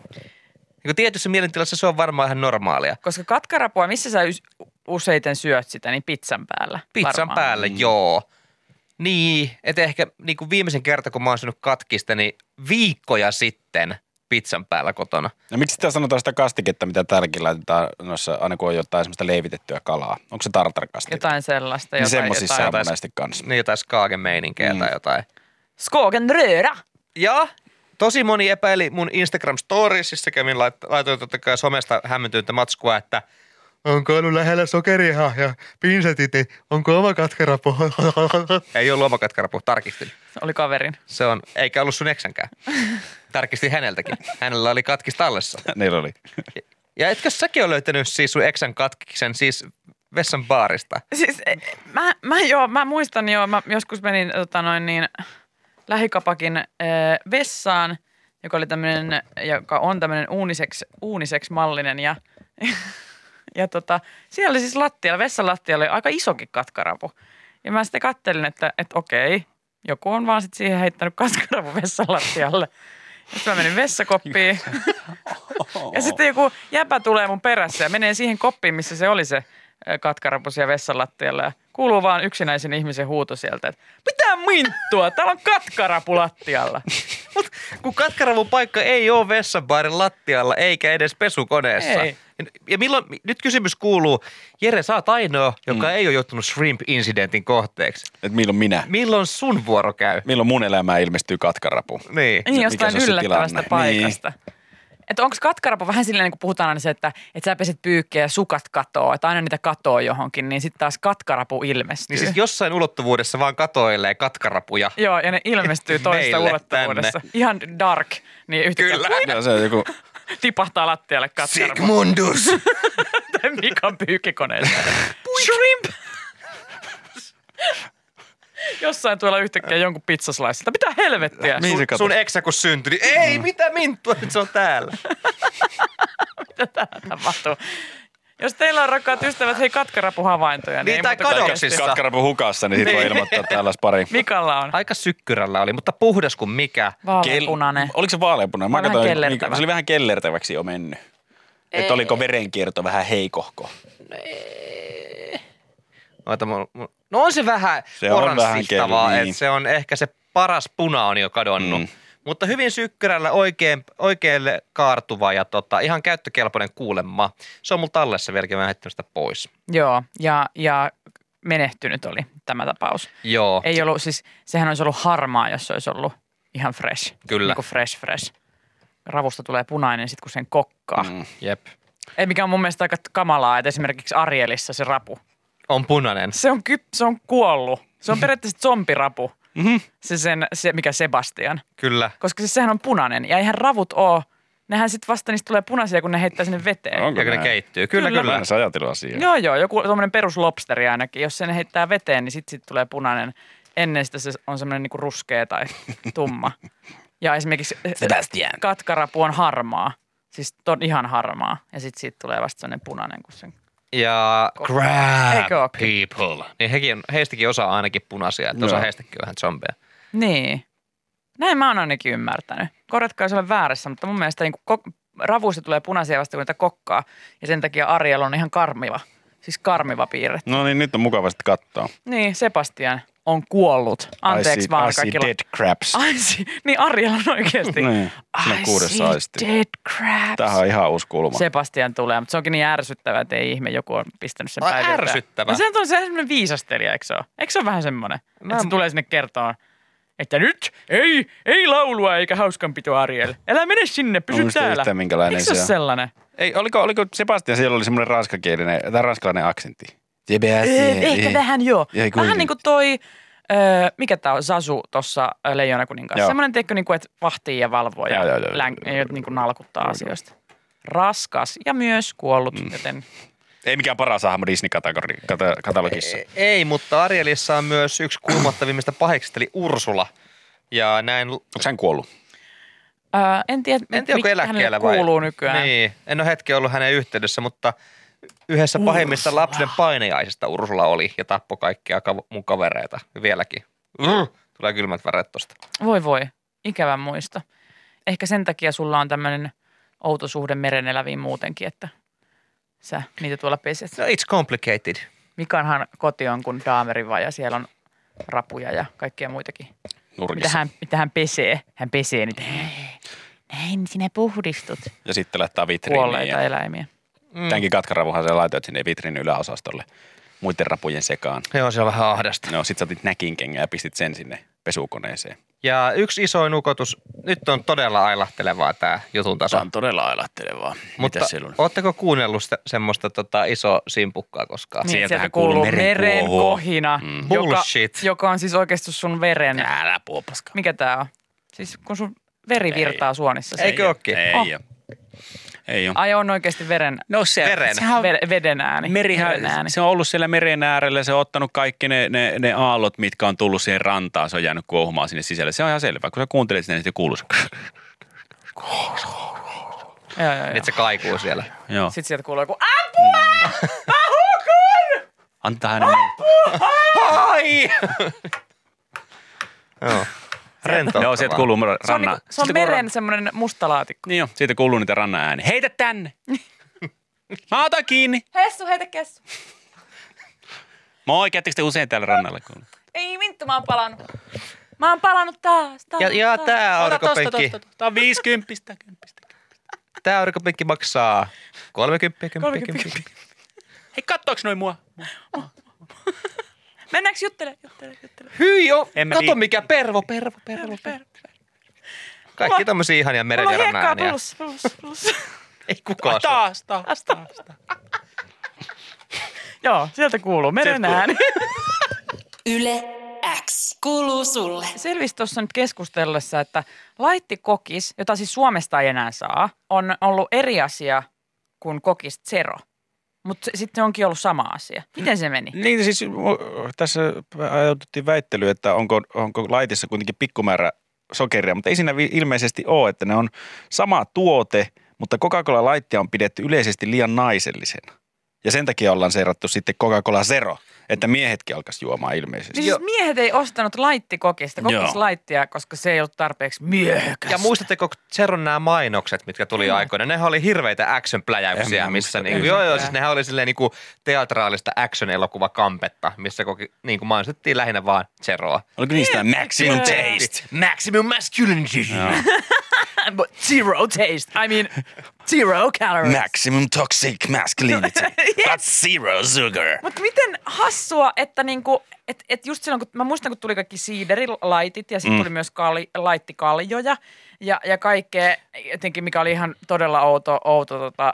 S3: Niin tietyssä mielentilassa se on varmaan ihan normaalia.
S5: Koska katkarapua, missä sä us- useiten syöt sitä, niin pizzan päällä.
S3: Pizzan
S4: Mm.
S5: varmaan.
S3: päälle, joo.
S4: Niin, että ehkä niin kuin viimeisen kerta, kun mä oon syönyt katkista, niin viikkoja sitten pizzan päällä kotona.
S6: No miksi sitä sanotaan sitä kastiketta, mitä täälläkin laitetaan noissa, aina kun on jotain semmoista leivitettyä kalaa? Onko se tartarkastiketta?
S5: Jotain sellaista.
S6: Niin
S5: Jotain,
S6: semmoisissa
S5: jotain.
S6: on
S4: jotain.
S6: monesti kanssa.
S4: Niin jotain skaakemeininkiä
S6: Mm.
S4: mm. tai jotain.
S5: Skogen röra!
S4: Ja tosi moni epäili mun Instagram storiesissa, kävin lait- laitoin totta kai somesta hämmentynyttä matskua, että onko ollut lähellä sokeria ja pinsetit, niin onko oma katkarapu? Ei ollut oma katkarapu, tarkistin.
S5: Oli kaverin.
S4: Se on, eikä ollut sun eksänkään. Tarkistin häneltäkin. Hänellä oli katkis tallessa.
S6: Niillä oli.
S4: Ja etkö säkin ole löytänyt siis sun eksän katkiksen siis vessan baarista?
S5: Siis eh, mä, mä, joo, mä muistan joo, mä joskus menin tota noin niin, lähikapakin äh, vessaan, joka oli tämmönen, joka on tämmöinen uuniseksi, uuniseksi mallinen ja, ja tota, siellä oli siis lattialla, vessan lattialla oli aika isokin katkarapu. Ja mä sitten kattelin, että, että okei, joku on vaan sit siihen heittänyt katkarapu vessan lattialle. Sitten mä menin vessakoppiin ja sitten joku jäpä tulee mun perässä ja menee siihen koppiin, missä se oli se ö, katkarapu siellä vessanlattialla. Ja kuuluu vaan yksinäisen ihmisen huuto sieltä, että mitä minttua, täällä on katkarapu lattialla.
S4: Mut kun katkaravun paikka ei ole vessanbaarin lattialla eikä edes pesukoneessa.
S5: Ei.
S4: Ja milloin, nyt kysymys kuuluu, Jere, sä oot ainoa, joka mm. ei ole joutunut shrimp-incidentin kohteeksi.
S6: Et milloin minä?
S4: Milloin sun vuoro käy?
S6: Milloin mun elämään ilmestyy katkarapu?
S4: Niin.
S5: Niin jostain
S6: se on se
S5: yllättävästä
S6: tilanne?
S5: paikasta. Että onko katkarapu vähän silleen, niin kun puhutaan aina se, että, että sä peset pyykkiä ja sukat katoo, että aina niitä katoo johonkin, niin sitten taas katkarapu ilmestyy.
S4: Niin siis jossain ulottuvuudessa vaan katoilee katkarapuja.
S5: Joo, ja ne ilmestyy toista
S4: Meille
S5: ulottuvuudessa. Ihan dark, niin yhtäkkiä
S4: Kyllä.
S6: Joo, se on joku
S5: tipahtaa lattialle katkarapu.
S4: Sigmundus!
S5: tai Mikan pyykkikoneesta. Shrimp! Jossain tuolla yhtäkkiä jonkun pizzaslaissilta. Mitä helvettiä?
S6: Mihin
S4: sun,
S6: se katosi?
S4: sun eksä kun syntyi, niin ei mitä minttua, nyt se on täällä.
S5: Sun tapahtuu? Jos teillä on rakkaat ystävät, hei katkarapuhavaintoja.
S4: Niin,
S5: ei
S4: tai
S5: muuta kuin
S4: kadoksissa.
S5: viestiä.
S6: katkarapu hukassa, niin sit voi ilmoittaa täällä pari.
S5: Mikalla on
S4: Aika sykkyrällä oli, mutta puhdas kuin mikä.
S5: vaaleanpunainen.
S6: Oliko se vaaleanpunainen? Mä
S5: Vähän
S6: katsoin,
S5: kellertävä.
S6: niin, se oli vähän kellertäväksi jo mennyt. Että oliko verenkierto vähän heikohko?
S4: Noita mun, mun, no on se vähän
S6: Se
S4: se
S6: on
S4: oranssihtavaa,
S6: vähän kelli,
S4: että
S6: niin.
S4: niin. se on ehkä se paras puna on jo kadonnut.
S6: Mm.
S4: Mm. Mutta hyvin sykkärällä oikein, oikealle kaartuva ja tota, ihan käyttökelpoinen kuulemma. Se on mulla tallessa vieläkin vähän heittänyt sitä pois.
S5: Joo, ja, ja menehtynyt oli tämä tapaus.
S4: Joo, Ei.
S5: Ei ollut, siis sehän olisi ollut harmaa, jos se olisi ollut ihan fresh.
S4: Kyllä.
S5: Niin kuin fresh, fresh. Ravusta tulee punainen sitten, kun sen kokkaa.
S6: Mm.
S4: jep.
S5: Ei, mikä on mun mielestä aika kamalaa, että esimerkiksi Arielissa se rapu.
S4: On punainen.
S5: Se on, kyp, se on kuollut. Se on periaatteessa zombirapu, se, sen, se mikä Sebastian.
S4: Kyllä.
S5: Koska siis sehän on punainen ja eihän ravut oo. Nehän sitten vasta niistä tulee punaisia, kun ne heittää sinne veteen.
S6: Onko
S4: Ja kun ne
S6: näin?
S4: keittyy. Kyllä,
S5: Kyllä.
S6: Mä
S4: kyllä.
S6: en
S4: kyllä.
S6: edes ajatellut asiaa.
S5: Joo, joo, joku tuommoinen perus lobsteri ainakin. Jos sen heittää veteen, niin sitten sit tulee punainen. Ennen sitä se on semmoinen niinku ruskea tai tumma. Ja esimerkiksi eh,
S6: Sebastian.
S5: katkarapu on harmaa. Siis on ihan harmaa. Ja sitten siitä tulee vasta semmoinen punainen, kun sen
S4: Ja crab
S5: Eikö ookin?
S4: people. Niin hekin, heistäkin osa on ainakin punaisia, että osa
S6: Joo.
S4: heistäkin on ihan zombeja.
S5: Niin. Näin mä oon ainakin ymmärtänyt. Korjatkaa, jos olen väärässä, mutta mun mielestä niin kok- ravuista tulee punaisia vasta, kun niitä kokkaa. Ja sen takia Ariel on ihan karmiva. Siis karmiva piirre.
S6: No niin, nyt on mukavasti katsoa.
S5: Niin, Sebastian on kuollut.
S6: I
S5: Anteeksi
S6: see,
S5: vaan
S6: I see
S5: kaikilla.
S6: dead crabs.
S5: I see. Niin Ariel on oikeasti.
S6: Niin, siinä on
S5: I
S6: kuudes
S5: see
S6: aisti.
S5: dead crabs.
S6: Tähän on ihan uusi kulma.
S5: Sebastian tulee, mutta se onkin niin ärsyttävää, että ei ihme, joku on pistänyt sen
S4: Ai,
S5: päiviltään.
S4: ärsyttävä.
S5: No se on semmoinen viisastelija, eikö se ole? Eikö se ole vähän semmoinen,
S4: Mä-
S5: että se tulee sinne kertoon, että nyt ei, ei laulua eikä hauskanpito Ariel. Älä mene sinne, pysy
S6: Muista
S5: täällä.
S6: yhtään, minkälainen
S5: Eikö se ole
S6: se on.
S5: sellainen?
S6: Ei, oliko, oliko Sebastian, siellä oli semmoinen ranskakielinen, tai ranskalainen aksentti?
S5: Eh,
S6: Sebastian.
S5: ehkä vähän joo.
S6: Ei kuitenkin.
S5: vähän niin kuin toi, ö, mikä tämä on, Sasu tuossa Leijona kuninkaassa.
S6: Joo.
S5: Semmoinen teikö, niin kuin, että vahtii ja valvoo ja,
S6: Joo,
S5: ja,
S6: joo,
S5: ja,
S6: joo.
S5: niin kuin nalkuttaa asioista. Raskas ja myös kuollut,
S6: Mm.
S5: joten
S6: Ei mikään paras hahmo Disney-katalogissa.
S4: E- Ei, mutta Arielissa on myös yksi kuumottavimmista pahiksista, eli Ursula. Ja näin...
S6: Onko hän kuollut?
S5: Öö, en tiedä,
S4: En tiedä, onko
S5: mikä
S4: eläkkeellä
S5: hänelle
S4: vai...
S5: kuuluu nykyään.
S4: Niin, en ole hetki ollut hänen yhteydessä, mutta yhdessä Ursula. pahimmista lapsen painajaisista Ursula oli ja tappoi kaikkia kav- mun kavereita vieläkin. Urr, Niin. Mm, tulee kylmät väreet tosta.
S5: Voi voi, ikävä muista. Ehkä sen takia sulla on tämmöinen outo suhde meren eläviin muutenkin, että sä niitä tuolla peset.
S4: No it's complicated.
S5: Mikanhan koti on kuin Daamerin vaja, siellä on rapuja ja kaikkia muitakin. Mitä
S6: nurkissa.
S5: hän, mitä hän pesee? Hän pesee niitä.
S4: Niin.
S5: Näin sinä puhdistut.
S6: Ja sitten laittaa vitriiniin.
S5: Kuolleita
S6: Ja
S5: eläimiä.
S6: tämänkin katkaravuhan sä laitoit sinne vitriinin yläosastolle muiden rapujen sekaan.
S4: Joo, se on vähän ahdasta.
S6: No sit sä otit näkin kengän ja pistit sen sinne pesukoneeseen.
S4: Ja yksi isoin ukotus, nyt on todella ailahtelevaa tämä jutun taso.
S6: Tämä on todella ailahtelevaa.
S4: Mutta
S6: Mitä siellä on?
S4: ootteko kuunnellut sitä, semmoista tota, iso simpukkaa koskaan?
S5: Niin,
S6: Sieltähän
S5: sieltä
S6: kuuluu
S5: kuuluu
S6: merenkuohua.
S5: meren kohina,
S6: Mm.
S5: joka,
S4: Bullshit.
S5: joka on siis oikeasti sun veren.
S6: Älä puhu paskaa.
S5: Mikä tää on? Siis kun sun veri virtaa suonissa.
S4: Eikö ookin?
S6: Ei
S5: Oh.
S6: oo. Ei oo.
S5: Ai on oikeasti veren,
S6: No se,
S4: Veren.
S6: sehän on
S5: ve- veden ääni.
S6: Merihän,
S5: veden ääni.
S6: se on ollut siellä meren äärellä, se on ottanut kaikki ne, ne, ne aallot, mitkä on tullut siihen rantaan, se on jäänyt kuohumaan sinne sisälle. Se on ihan selvä, kun sä kuuntelet sitä, niin se kuuluu se.
S5: Joo, joo, joo.
S4: Nyt se kaikuu siellä.
S6: Joo.
S5: Sitten sieltä kuuluu joku apua! Mä hukun!
S6: Antaa hänen mennä.
S4: Ai! Joo. Rentouttavaa.
S6: Joo, sieltä kuuluu rannan.
S5: Se on, niinku, se on
S6: Sitten kuuluu-
S5: meren semmoinen musta laatikko.
S6: Niin jo, siitä kuuluu niitä rannan ääniä. Heitä tänne! Mä otan kiinni.
S5: Hessu, heitä kessu.
S6: Moi, käyttekö te usein täällä rannalla? Kun...
S5: Ei vittu, mä oon palannut. Mä oon palannut taas. taas
S4: Ja, ja
S5: taas.
S4: tää aurinkopenkki,
S6: Tää on 50, 10.
S4: tää aurinkopenkki maksaa 30, 10, 10.
S6: Hei, kattooks noin mua?
S5: Mennäänkö juttele, juttele, juttele.
S4: Hyi jo,
S6: En mä
S4: kato
S6: liik-
S4: mikä pervo, pervo, pervo, pervo. Kaikki
S5: Mulla-
S4: tämmösiä ihania meren
S5: Mulla
S4: ja
S5: on
S4: rannan
S5: hiekkaa
S4: ääniä.
S5: plus, plus, plus.
S4: Ei kukaan sua.
S6: Taas, taas.
S5: Joo, sieltä kuuluu meren ääni.
S2: Yle X kuuluu sulle.
S5: Selvisi tuossa nyt keskustellessa, että laittikokis, jota siis Suomesta ei enää saa, on ollut eri asia kuin kokis zero. Mutta sitten onkin ollut sama asia. Miten se meni?
S6: Niin siis mu- tässä ajaututtiin väittely, että onko, onko laitissa kuitenkin pikkumäärä sokeria, mutta ei siinä vi- ilmeisesti ole, että ne on sama tuote, mutta Coca-Cola-laittia on pidetty yleisesti liian naisellisena. Ja sen takia ollaan seurattu sitten Coca-Cola Zero, että miehetkin alkaisi juomaan ilmeisesti.
S5: Niin siis miehet ei ostanut laittikokista,
S6: Joo.
S5: kokislaittia, koska se ei ollut tarpeeksi miehekästä.
S4: Ja muistatteko Zeron nämä mainokset, mitkä tuli aikoina? Nehän oli hirveitä
S6: En
S4: action-pläjäyksiä,
S6: mä
S4: missä
S6: muista
S4: niinku, joo,
S5: yhtään.
S4: joo, siis nehän oli silleen niinku teatraalista action-elokuvakampetta, missä koki, niinku mainostettiin lähinnä vaan Zeroa.
S6: Oliko niistä maximum taste?
S4: Maximum masculinity.
S5: But zero taste. I mean, zero calories.
S6: Maximum toxic masculinity, but zero sugar.
S5: Mutta miten hassua, että niinku, et, et just silloin, kun mä muistan, kun tuli kaikki siiderilaitit ja sitten
S6: Mm.
S5: tuli myös kalli, laittikaljoja ja, ja kaikkea, jotenkin mikä oli ihan todella outo, outo tota,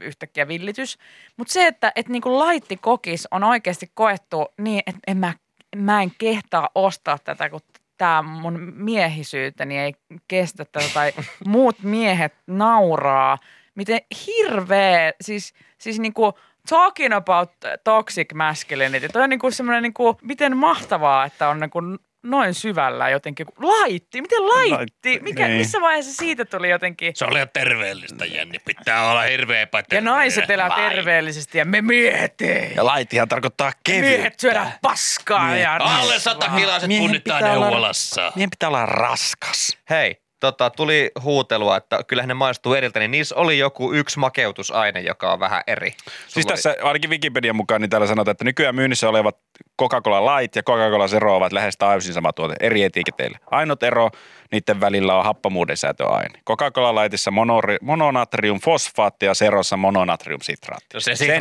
S5: yhtäkkiä villitys. Mutta se, että et niinku laittikokis on oikeasti koettu niin, että en mä, mä en kehtaa ostaa tätä, kun tämä mun miehisyyteni ei kestä tätä tai muut miehet nauraa. Miten hirveä, siis, siis niinku talking about toxic masculinity. Toi on niinku semmoinen, niinku, miten mahtavaa, että on niinku noin syvällä jotenkin. Laitti, miten laitti?
S6: Laitti,
S5: Mikä,
S6: niin.
S5: missä vaiheessa siitä tuli jotenkin?
S6: Se on liian terveellistä, Jenni. Pitää olla hirveä
S5: Ja
S6: pätevä.
S5: naiset elää terveellisesti ja me miehet ei.
S6: Ja Niin. laitihan tarkoittaa kevyttä.
S5: Miehet syödään paskaa ja rasvaa.
S6: kilaiset punnitaan neuvolassa.
S5: Niin.
S6: Meidän pitää olla raskas.
S4: Hei, tota, tuli huutelua, että kyllähän ne maistuu eriltä, niin niissä oli joku yksi makeutusaine, joka on vähän eri. Sulla
S6: Siis tässä ainakin Wikipedian mukaan niin täällä sanotaan, että nykyään myynnissä olevat Coca-Cola Light ja Coca-Cola Zero ovat lähes täysin sama tuote eri etiketeillä. Ainut ero niiden välillä on happamuuden säätöaine. Coca-Cola Lightissa monori, mononatrium fosfaatti ja Zerossa mononatrium sitraatti.
S4: oli... se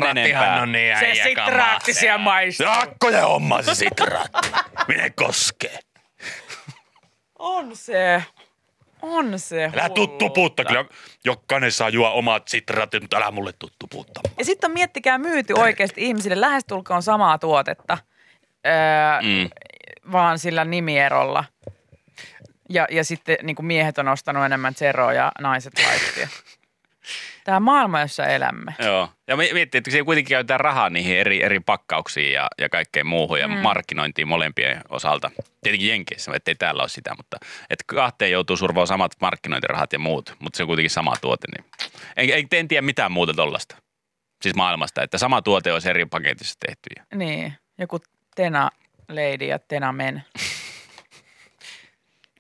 S6: niin
S5: Se sitraattisia maistuu.
S6: Rakkoja homma se sitraatti. Miten koskee?
S5: On se. On se.
S6: Älä
S5: hullu.
S6: tuttu puutta, kyllä jokainen saa juo omat sitrat, mutta älä mulle tuttu puutta.
S5: Ja sitten on miettikää myyty oikeasti ihmisille lähestulkoon samaa tuotetta, öö,
S6: Mm.
S5: vaan sillä nimierolla. Ja, ja sitten niin kuin miehet on ostanut enemmän zeroa ja naiset laittia. Tämä maailma, jossa elämme.
S6: Joo. Ja mi- miettii, että siellä kuitenkin käytetään rahaa niihin eri, eri pakkauksiin ja, ja kaikkeen muuhun ja mm. markkinointiin molempien osalta. Tietenkin Jenkeissä, ettei täällä ole sitä, mutta et kahteen joutuu survoa samat markkinointirahat ja muut, mutta se on kuitenkin sama tuote. Niin. En, en, en tiedä mitään muuta tollasta. Siis maailmasta, että sama tuote olisi eri paketissa tehty. ja-
S5: Niin, joku tena lady ja tena men.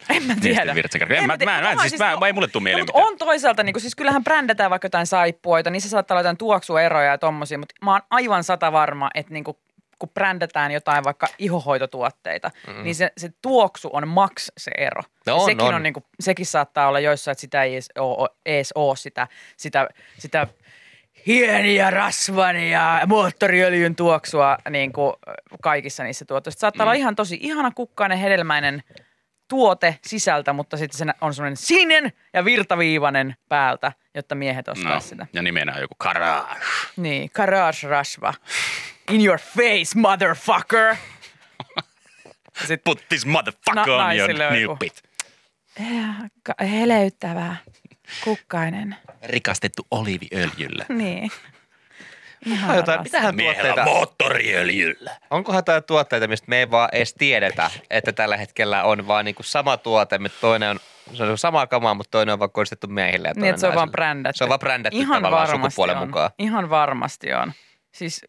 S5: En mä tiedä.
S6: Miesten virtsakarkku. En
S5: En
S6: mä,
S5: mä tiedä.
S6: mä, mä, en-
S5: Onhan
S6: siis,
S5: siis-
S6: mä, mä, ei mulle tule
S5: No,
S6: mieleen
S5: mutta
S6: mitään.
S5: on toisaalta, niin kuin, siis kyllähän brändätään vaikka jotain saippuoita, niin se saattaa olla jotain tuoksueroja ja tommosia, mutta mä oon aivan sata varma, että niin kuin kun brändätään jotain vaikka ihohoitotuotteita, mm. niin se, se tuoksu on maks se ero.
S4: No
S5: Ja
S4: on,
S5: sekin,
S4: on.
S5: On niin kuin, sekin saattaa olla joissain, että sitä ei edes ole, edes ole sitä, sitä, sitä hieni ja rasvan ja moottoriöljyn tuoksua niin kuin kaikissa niissä tuotteissa. Saattaa mm. olla ihan tosi ihana kukkainen, hedelmäinen tuote sisältä, mutta sitten se on semmoinen sininen ja virtaviivainen päältä, jotta miehet ostaa no. sitä.
S6: ja nimenä on joku Garage.
S5: Niin, garage rasva. In your face, motherfucker! Sitten
S6: Put this motherfucker
S5: Na-
S6: on your
S5: naisille on joku.
S6: nilpit.
S5: ka- heleyttävää, kukkainen.
S6: Rikastettu oliiviöljyllä.
S5: Niin.
S4: Onkohan jotain,
S5: rasva.
S4: mitähän
S6: Miehellä
S4: tuotteita,
S6: moottoriöljyllä.
S4: onkohan jotain tuotteita, mistä me ei vaan edes tiedetä, että tällä hetkellä on vaan niinku sama tuote, mutta toinen on, se on niinku samaa kamaa, mutta toinen on vaan koristettu miehille ja
S5: Niin,
S4: toinen
S5: että se on vaan
S4: naisille.
S5: brändätty.
S4: Se on vaan brändätty
S5: Ihan
S4: tavallaan
S5: varmasti
S4: sukupuolen
S5: on.
S4: mukaan.
S5: Ihan varmasti on. Siis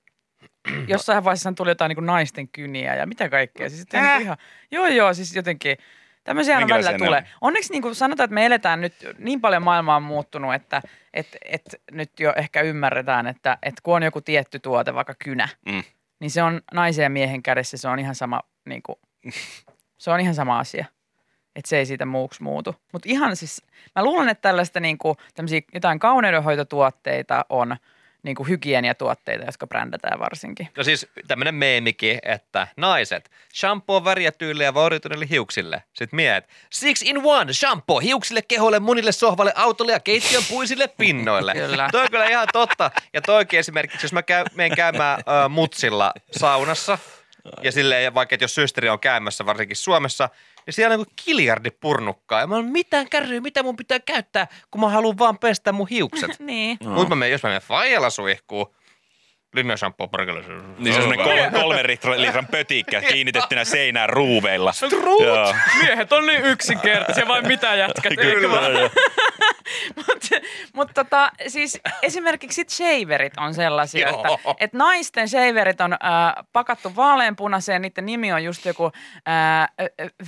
S5: jossain vaiheessa tuli jotain niin naisten kyniä ja mitä kaikkea. Siis äh. niin ihan, joo joo, siis jotenkin tämmöisiä aina
S6: Minkälaisia
S5: välillä
S6: ne
S5: tulee. Onneksi niin kuin sanotaan, että me eletään nyt, niin paljon maailma on muuttunut, että et, et nyt jo ehkä ymmärretään, että et kun on joku tietty tuote, vaikka kynä,
S6: Mm.
S5: niin se on naisen ja miehen kädessä, se on ihan sama, niin kuin, se on ihan sama asia. Että se ei siitä muuksi muutu. Mutta ihan siis, mä luulen, että tällaista niin kuin, jotain kauneudenhoitotuotteita on, niin kuin hygieniatuotteita, jotka brändätään varsinkin.
S4: No siis tämmönen meemikin, että naiset, shampoo väriä tyyliä vaurioituneille hiuksille. Sitten miehet, six in one, shampoo hiuksille, keholle, munille, sohvalle, autolle ja keittiön puisille pinnoille.
S5: Kyllä.
S4: Toi on kyllä ihan totta. Ja toikin esimerkiksi, jos mä käy, menen käymään ö, mutsilla saunassa, ja silleen, vaikka että jos systeri on käymässä varsinkin Suomessa, niin siellä on joku kiljardi purnukkaa. Ja mä oon mitään kärryä, mitä mun pitää käyttää, kun mä haluan vaan pestä mun hiukset.
S5: Niin.
S4: No. Mutta mä menen, jos mä menen faijalla suihkuun, linna shampoo perkele.
S6: Niin se on semmoinen kolme, kolmen litran, litran pötikkä kiinnitettynä seinään ruuveilla. Joo.
S5: Ruut! Miehet on niin yksinkertaisia, vai mitä jätkät?
S6: Kyllä.
S5: Mutta mut tota, siis esimerkiksi sit shaverit on sellaisia,
S4: Joo.
S5: että et naisten shaverit on äh, pakattu vaaleanpunaiseen, niiden nimi on just joku äh, äh,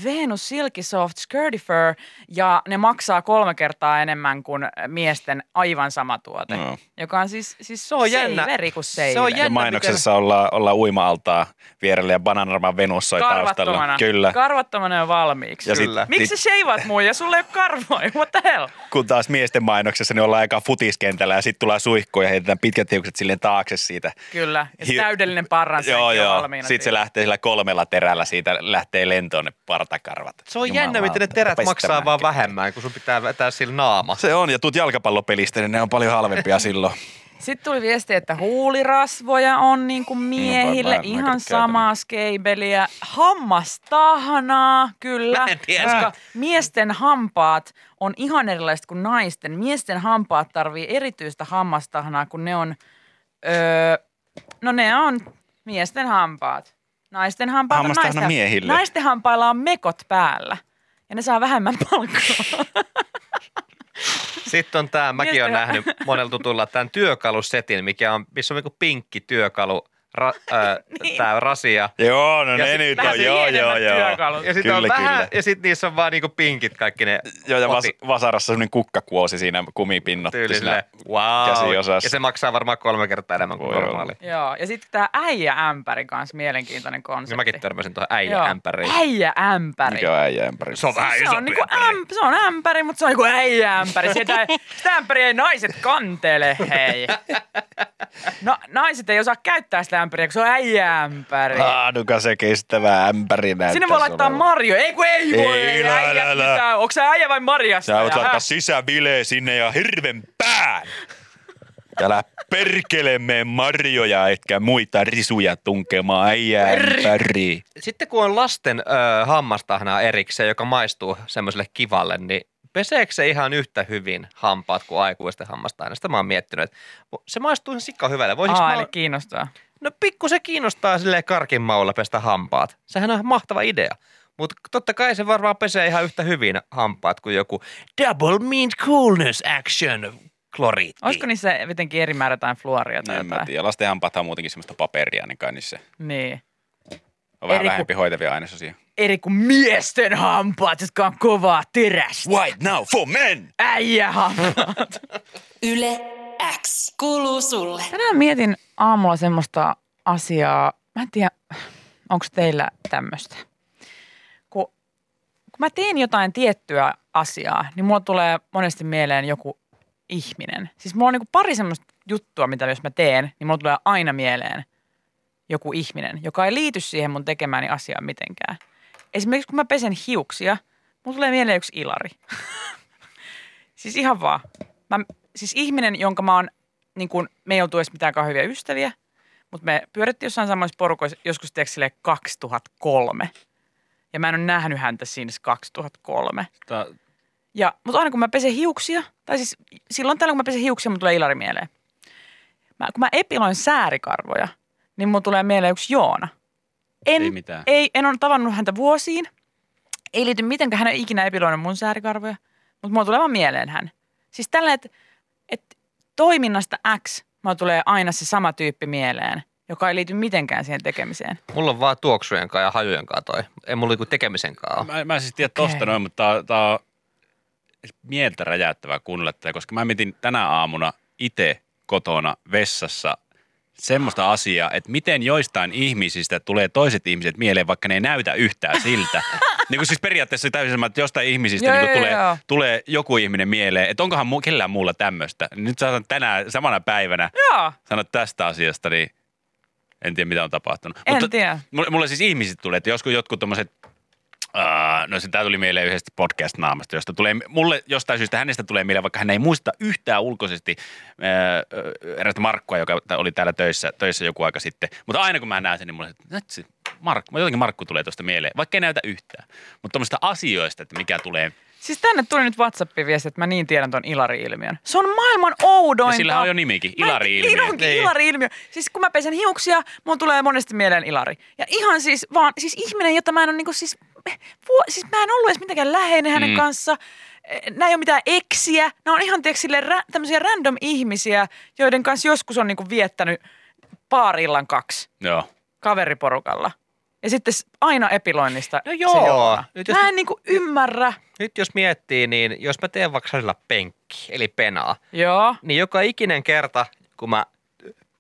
S5: Venus Silky Soft Skirtifer, ja ne maksaa kolme kertaa enemmän kuin miesten aivan sama tuote,
S6: Joo.
S5: joka on siis, siis se
S4: on jännä.
S5: shaveri kuin
S4: Se on
S5: shaveri.
S4: jännä.
S6: Ja mainoksessa ollaan, ollaan uima-altaa vierellä ja Bananarman Venus soi taustalla.
S5: Karvattomana.
S6: Kyllä.
S5: Karvattomana jo valmiiksi.
S6: Ja
S5: Ja
S6: sit-
S4: Kyllä.
S5: Miksi sä sheivaat muu ja sulla ei ole karvoja? What the hell?
S6: kun taas miesten mainoksessa, niin ollaan aika futiskentällä ja sitten tulee suihku ja heitetään pitkät hiukset silleen taakse siitä.
S5: Kyllä. Ja
S6: Hi-
S5: täydellinen parran
S6: joo, joo.
S5: valmiina.
S6: Sitten se
S5: siinä.
S6: lähtee sillä kolmella terällä siitä, lähtee lentoon ne partakarvat.
S4: Se on jännä, miten ne terät
S6: rupes
S4: maksaa
S6: tämän
S4: vaan
S6: kerran.
S4: vähemmän, kun sun pitää vetää sillä naama.
S6: Se on, ja tuut jalkapallopelistä, niin ne on paljon halvempia silloin.
S5: Sitten tuli viesti, että huulirasvoja on niin kuin
S6: No, mä-
S5: miehille
S6: mä- mä
S5: ihan
S6: käytän.
S5: samaa skeibeliä. Hammastahnaa, kyllä.
S4: Mä en tiedä.
S5: Koska miesten hampaat on ihan erilaiset kuin naisten. Miesten hampaat tarvii erityistä hammastahnaa, kun ne on... Öö, no ne on miesten hampaat. Naisten hampaat on
S6: Hammastahna
S5: naisten.
S6: miehille.
S5: Naisten hampailla on mekot päällä. Ja ne saa vähemmän palkkaa.
S4: Sitten on tämä, mäkin olen
S5: Miesten-
S4: nähnyt monella tutulla tämän työkalusetin, mikä on, missä on niinku pinkki työkalu, ra, äh,
S5: Niin.
S4: tämä rasia.
S6: Joo, no
S4: Ja
S6: ne
S4: sit
S6: nyt
S5: vähän
S6: on, joo, joo,
S5: pienemmät
S6: joo.
S5: työkalut.
S4: Ja sitten on
S6: Kyllä,
S4: vähän,
S6: kyllä.
S4: ja sitten niissä on vaan niinku pinkit kaikki ne
S6: Joo, ja vas-
S4: poti-
S6: vasarassa semmoinen kukkakuosi siinä kumipinnatti
S4: tyylisille.
S6: siinä
S4: Wow.
S6: Siis käsiosassa.
S4: Ja se maksaa varmaan kolme kertaa enemmän kuin
S6: Voi olla.
S4: normaali.
S5: Joo, ja sitten tämä äijäämpäri kanssa mielenkiintoinen konsepti.
S4: Ja Niin mäkin törmäsin tuohon äijäämpäriin.
S5: Äijäämpäri.
S6: Mikä on niin äijä ympäri?
S4: Se on vähän
S5: Se
S4: isompi
S5: on, niinku
S4: ämpäri.
S5: äm, se on ämpäri, mutta se on niinku äijäämpäri. Sitä, sitä ämpäriä ei naiset kantele, hei. No, naiset ei osaa käyttää sitä ämpäriä, kun se on äijäämpäri.
S6: Laadukas ja kestävä ämpäri näyttää
S5: Sinne voi laittaa Marjo. Ei kun ei voi,
S6: Ei,
S5: ei,
S6: la,
S5: äijä
S6: la, la.
S5: mitään. Onko sä äijä vai Marjasta?
S6: Sä voit
S5: Ja,
S6: laittaa
S5: häh?
S6: sisäbileä sinne ja hirven pään. Älä perkele mene marjoja etkä muita risuja tunkemaan äijää ympäri.
S4: Sitten kun on lasten ö, hammastahnaa erikseen, joka maistuu semmoiselle kivalle, niin peseekö se ihan yhtä hyvin hampaat kuin aikuisten hammastahnaa? Sitä mä oon miettinyt. että Se maistuu ihan sikka hyvälle. Voisinko
S5: Aa,
S4: mä...
S5: eli kiinnostaa.
S4: No pikku se kiinnostaa silleen karkin maulla pestä hampaat. Sehän on mahtava idea. Mutta totta kai se varmaan pesee ihan yhtä hyvin hampaat kuin joku double mint coolness action kloriitti.
S3: Niin.
S5: Olisiko niin- niissä jotenkin eri määrä jotain fluoria tai
S6: En Niin, mä
S5: jotain?
S6: tiedä. Lasten hampaathan on muutenkin semmoista paperia, niin kai niissä
S5: Niin.
S6: on vähän
S5: Eri ku-
S6: vähempi hoitavia ainesosia.
S5: Eri kuin niinku miesten hampaat, jotka on kovaa terästä.
S6: White now for men!
S5: Äijähampaat.
S2: Yle X kuuluu sulle.
S5: Tänään mietin aamulla semmoista asiaa, mä en tiedä, onko teillä tämmöistä. Kun, kun mä teen jotain tiettyä asiaa, niin mulla tulee monesti mieleen joku ihminen. Siis mulla on niinku pari semmoista juttua, mitä jos mä teen, niin mulla tulee aina mieleen joku ihminen, joka ei liity siihen mun tekemääni asiaan mitenkään. Esimerkiksi kun mä pesen hiuksia, mulla tulee mieleen yksi Ilari. siis ihan vaan. Mä, siis ihminen, jonka mä oon, niin kun, me ei oltu edes mitään hyviä ystäviä, mutta me pyörittiin jossain samoissa porukoissa joskus tiedätkö, silleen 2003. Ja mä en ole nähnyt häntä siinä 2003.
S6: Tää-
S5: Ja, mutta aina kun mä pesen hiuksia, tai siis silloin tällä kun mä pesen hiuksia, mun tulee Ilari mieleen. Mä, kun mä epiloin säärikarvoja, niin mun tulee mieleen yksi Joona. En,
S6: Ei mitään.
S5: Ei, en ole tavannut häntä vuosiin. Ei liity mitenkään, hän ei ole ikinä epiloinut mun säärikarvoja. Mutta mulla tulee vaan mieleen hän. Siis tällä, että et toiminnasta X mulla tulee aina se sama tyyppi mieleen, joka ei liity mitenkään siihen tekemiseen.
S4: Mulla on vaan tuoksujen kanssa ja hajujen kanssa toi. Ei mulla niinku tekemisen kanssa ole.
S6: Mä, mä en siis tiedä tosta
S5: Okei.
S6: noin, mutta tää, tää on mieltä räjäyttävää kuunnella tätä, koska mä mietin tänä aamuna itse kotona vessassa semmoista asiaa, että miten joistain ihmisistä tulee toiset ihmiset mieleen, vaikka ne ei näytä yhtään siltä. niin kuin siis periaatteessa täysin sama, että jostain ihmisistä
S5: Joo,
S6: niin
S5: joo,
S6: tulee,
S5: joo.
S6: tulee joku ihminen mieleen, että onkohan mu- kellään muulla tämmöistä. Nyt saatan tänään samana päivänä
S5: Joo,
S6: sanoa tästä asiasta, niin en tiedä mitä on tapahtunut.
S5: en tiedä.
S6: Mulle, mulle siis ihmiset tulee, että joskus jotkut tommoset, ää, no se tää tuli mieleen yhdestä podcast-naamasta, josta tulee, mulle jostain syystä hänestä tulee mieleen, vaikka hän ei muista yhtään ulkoisesti ää, erästä Markkua, joka t- oli täällä töissä, töissä joku aika sitten. Mutta aina kun mä näen sen, niin mulle se, että Markku, jotenkin Markku tulee tuosta mieleen, vaikka ei näytä yhtään. Mutta tuommoista asioista, että mikä tulee.
S5: Siis tänne tuli nyt WhatsApp-viesti, että mä niin tiedän ton Ilari-ilmiön. Se on maailman oudoin.
S6: Ja sillä on jo nimikin, Ilari-ilmiö.
S5: Ilari,
S4: Niin.
S5: Ilari-ilmiö. Siis kun mä pesen hiuksia, mun tulee monesti mieleen Ilari. Ja ihan siis vaan, siis ihminen, jota mä en ole niinku siis, vuo, siis mä en ollut edes mitenkään läheinen hänen
S6: Mm.
S5: kanssa. Eh, Nää ei ole mitään eksiä. Nää on ihan tiedätkö, silleen, rä, tämmöisiä random ihmisiä, joiden kanssa joskus on niinku viettänyt paarillan kaksi
S6: Joo.
S5: kaveriporukalla. Ja sitten s- aina epiloinnista
S4: No
S5: se
S4: joo.
S5: Joona.
S4: Nyt jos-
S5: Mä en niinku ymmärrä.
S4: Nyt jos miettii, niin jos mä teen vaikka sellaisella penkki, eli penaa,
S5: Joo,
S4: niin joka ikinen kerta, kun mä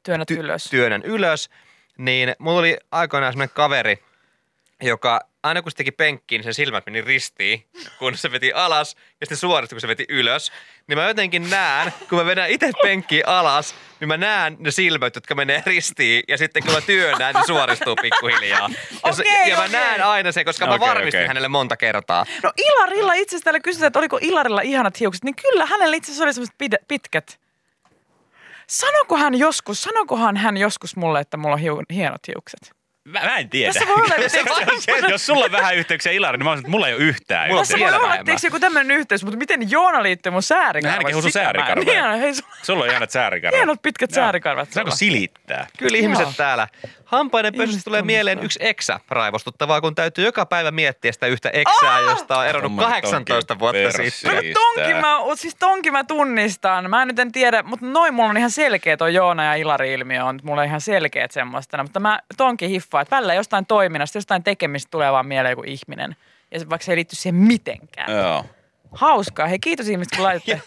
S5: työnnät
S4: ty-
S5: ylös.
S4: työnnän ylös, niin mulla oli aikoinaan semmoinen kaveri, joka aina kun se teki penkkiin, niin sen silmät meni ristiin, kun se veti alas ja sitten suoristui, kun se veti ylös. Niin mä jotenkin näen, kun mä vedän itse penkkiin alas, niin mä näen ne silmät, jotka menee ristiin ja sitten kun mä työnnän, niin suoristuu pikkuhiljaa. Ja, se-
S5: Okei,
S4: ja mä
S5: okei.
S4: näen aina sen, koska mä
S6: Okei,
S4: varmistin
S6: okei.
S4: hänelle monta kertaa.
S5: No Ilarilla itse asiassa täällä kysytään, että oliko Ilarilla ihanat hiukset, niin kyllä hänellä itse asiassa oli semmoiset pid- pitkät. Sanoko hän joskus, sanokohan hän joskus mulle, että mulla on hiu- hienot
S4: No,
S5: hiukset?
S6: Mä, mä en tiedä.
S5: Tässä voi olla,
S6: Jos- jos- Jos sulla on vähän yhteyksiä Ilari, niin mä sanon, että mulla ei ole yhtään.
S4: Mulla on
S5: tässä
S6: yhteyksiä.
S5: voi
S4: vielä
S5: olla
S4: vähemmän. No,
S5: tiiäks, joku tämmöinen yhteys, mutta miten Joona liittyy mun säärikarvoihin?
S6: Hän kehuu sun
S5: Sitä mä en-
S6: säärikarvoja.
S5: Hieno, hei, sulla on
S6: Sulla on ihanat säärikarvat.
S5: hienot pitkät säärikarvat.
S6: Saanko
S5: sulla.
S6: silittää?
S4: Kyllä ihmiset
S5: Joo.
S4: täällä. Hampaiden pesusta
S5: Ihmiset
S4: tulee mieleen
S5: tunnistaa.
S4: yksi eksä raivostuttavaa, kun täytyy joka päivä miettiä sitä yhtä eksää, josta on eronnut
S6: Tommonen
S4: 18
S6: tonkin
S4: vuotta
S6: persi.
S4: sitten.
S5: No tonkin
S6: Tää.
S5: mä, o- siis tonkin mä tunnistan. Mä en nyt en tiedä, mutta noin mulla on ihan selkeä toi Joona ja Ilari-ilmiö on. Mulla on ihan selkeät semmoista. Mutta mä tonkin hiffaan, että välillä jostain toiminnasta, jostain tekemistä tulee vaan mieleen joku ihminen. Ja se, vaikka se ei liitty siihen mitenkään.
S6: Joo.
S5: Hauskaa. Hei kiitos ihmiset, kun laitatte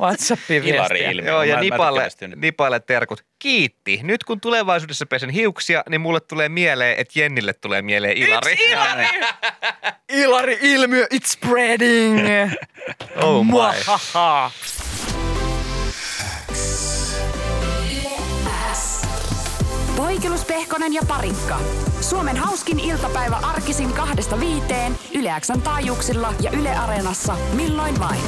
S5: WhatsAppiin viestiä.
S6: Ilari-ilmiö.
S4: Joo, ja
S6: Mä- mä
S4: nipalle,
S6: tykkään tästä nyt.
S4: nipalle terkut. Kiitti. Nyt kun tulevaisuudessa pesen hiuksia, niin mulle tulee mieleen, että Jennille tulee mieleen Ilari.
S5: Yksi Ilari! Ilari-ilmiö, it's spreading!
S4: Oh my.
S5: Muahaha.
S8: Poikelus, Pehkonen ja Parikka. Suomen hauskin iltapäivä arkisin kahdesta viiteen Yle Xn taajuuksilla ja Yle Areenassa milloin vain.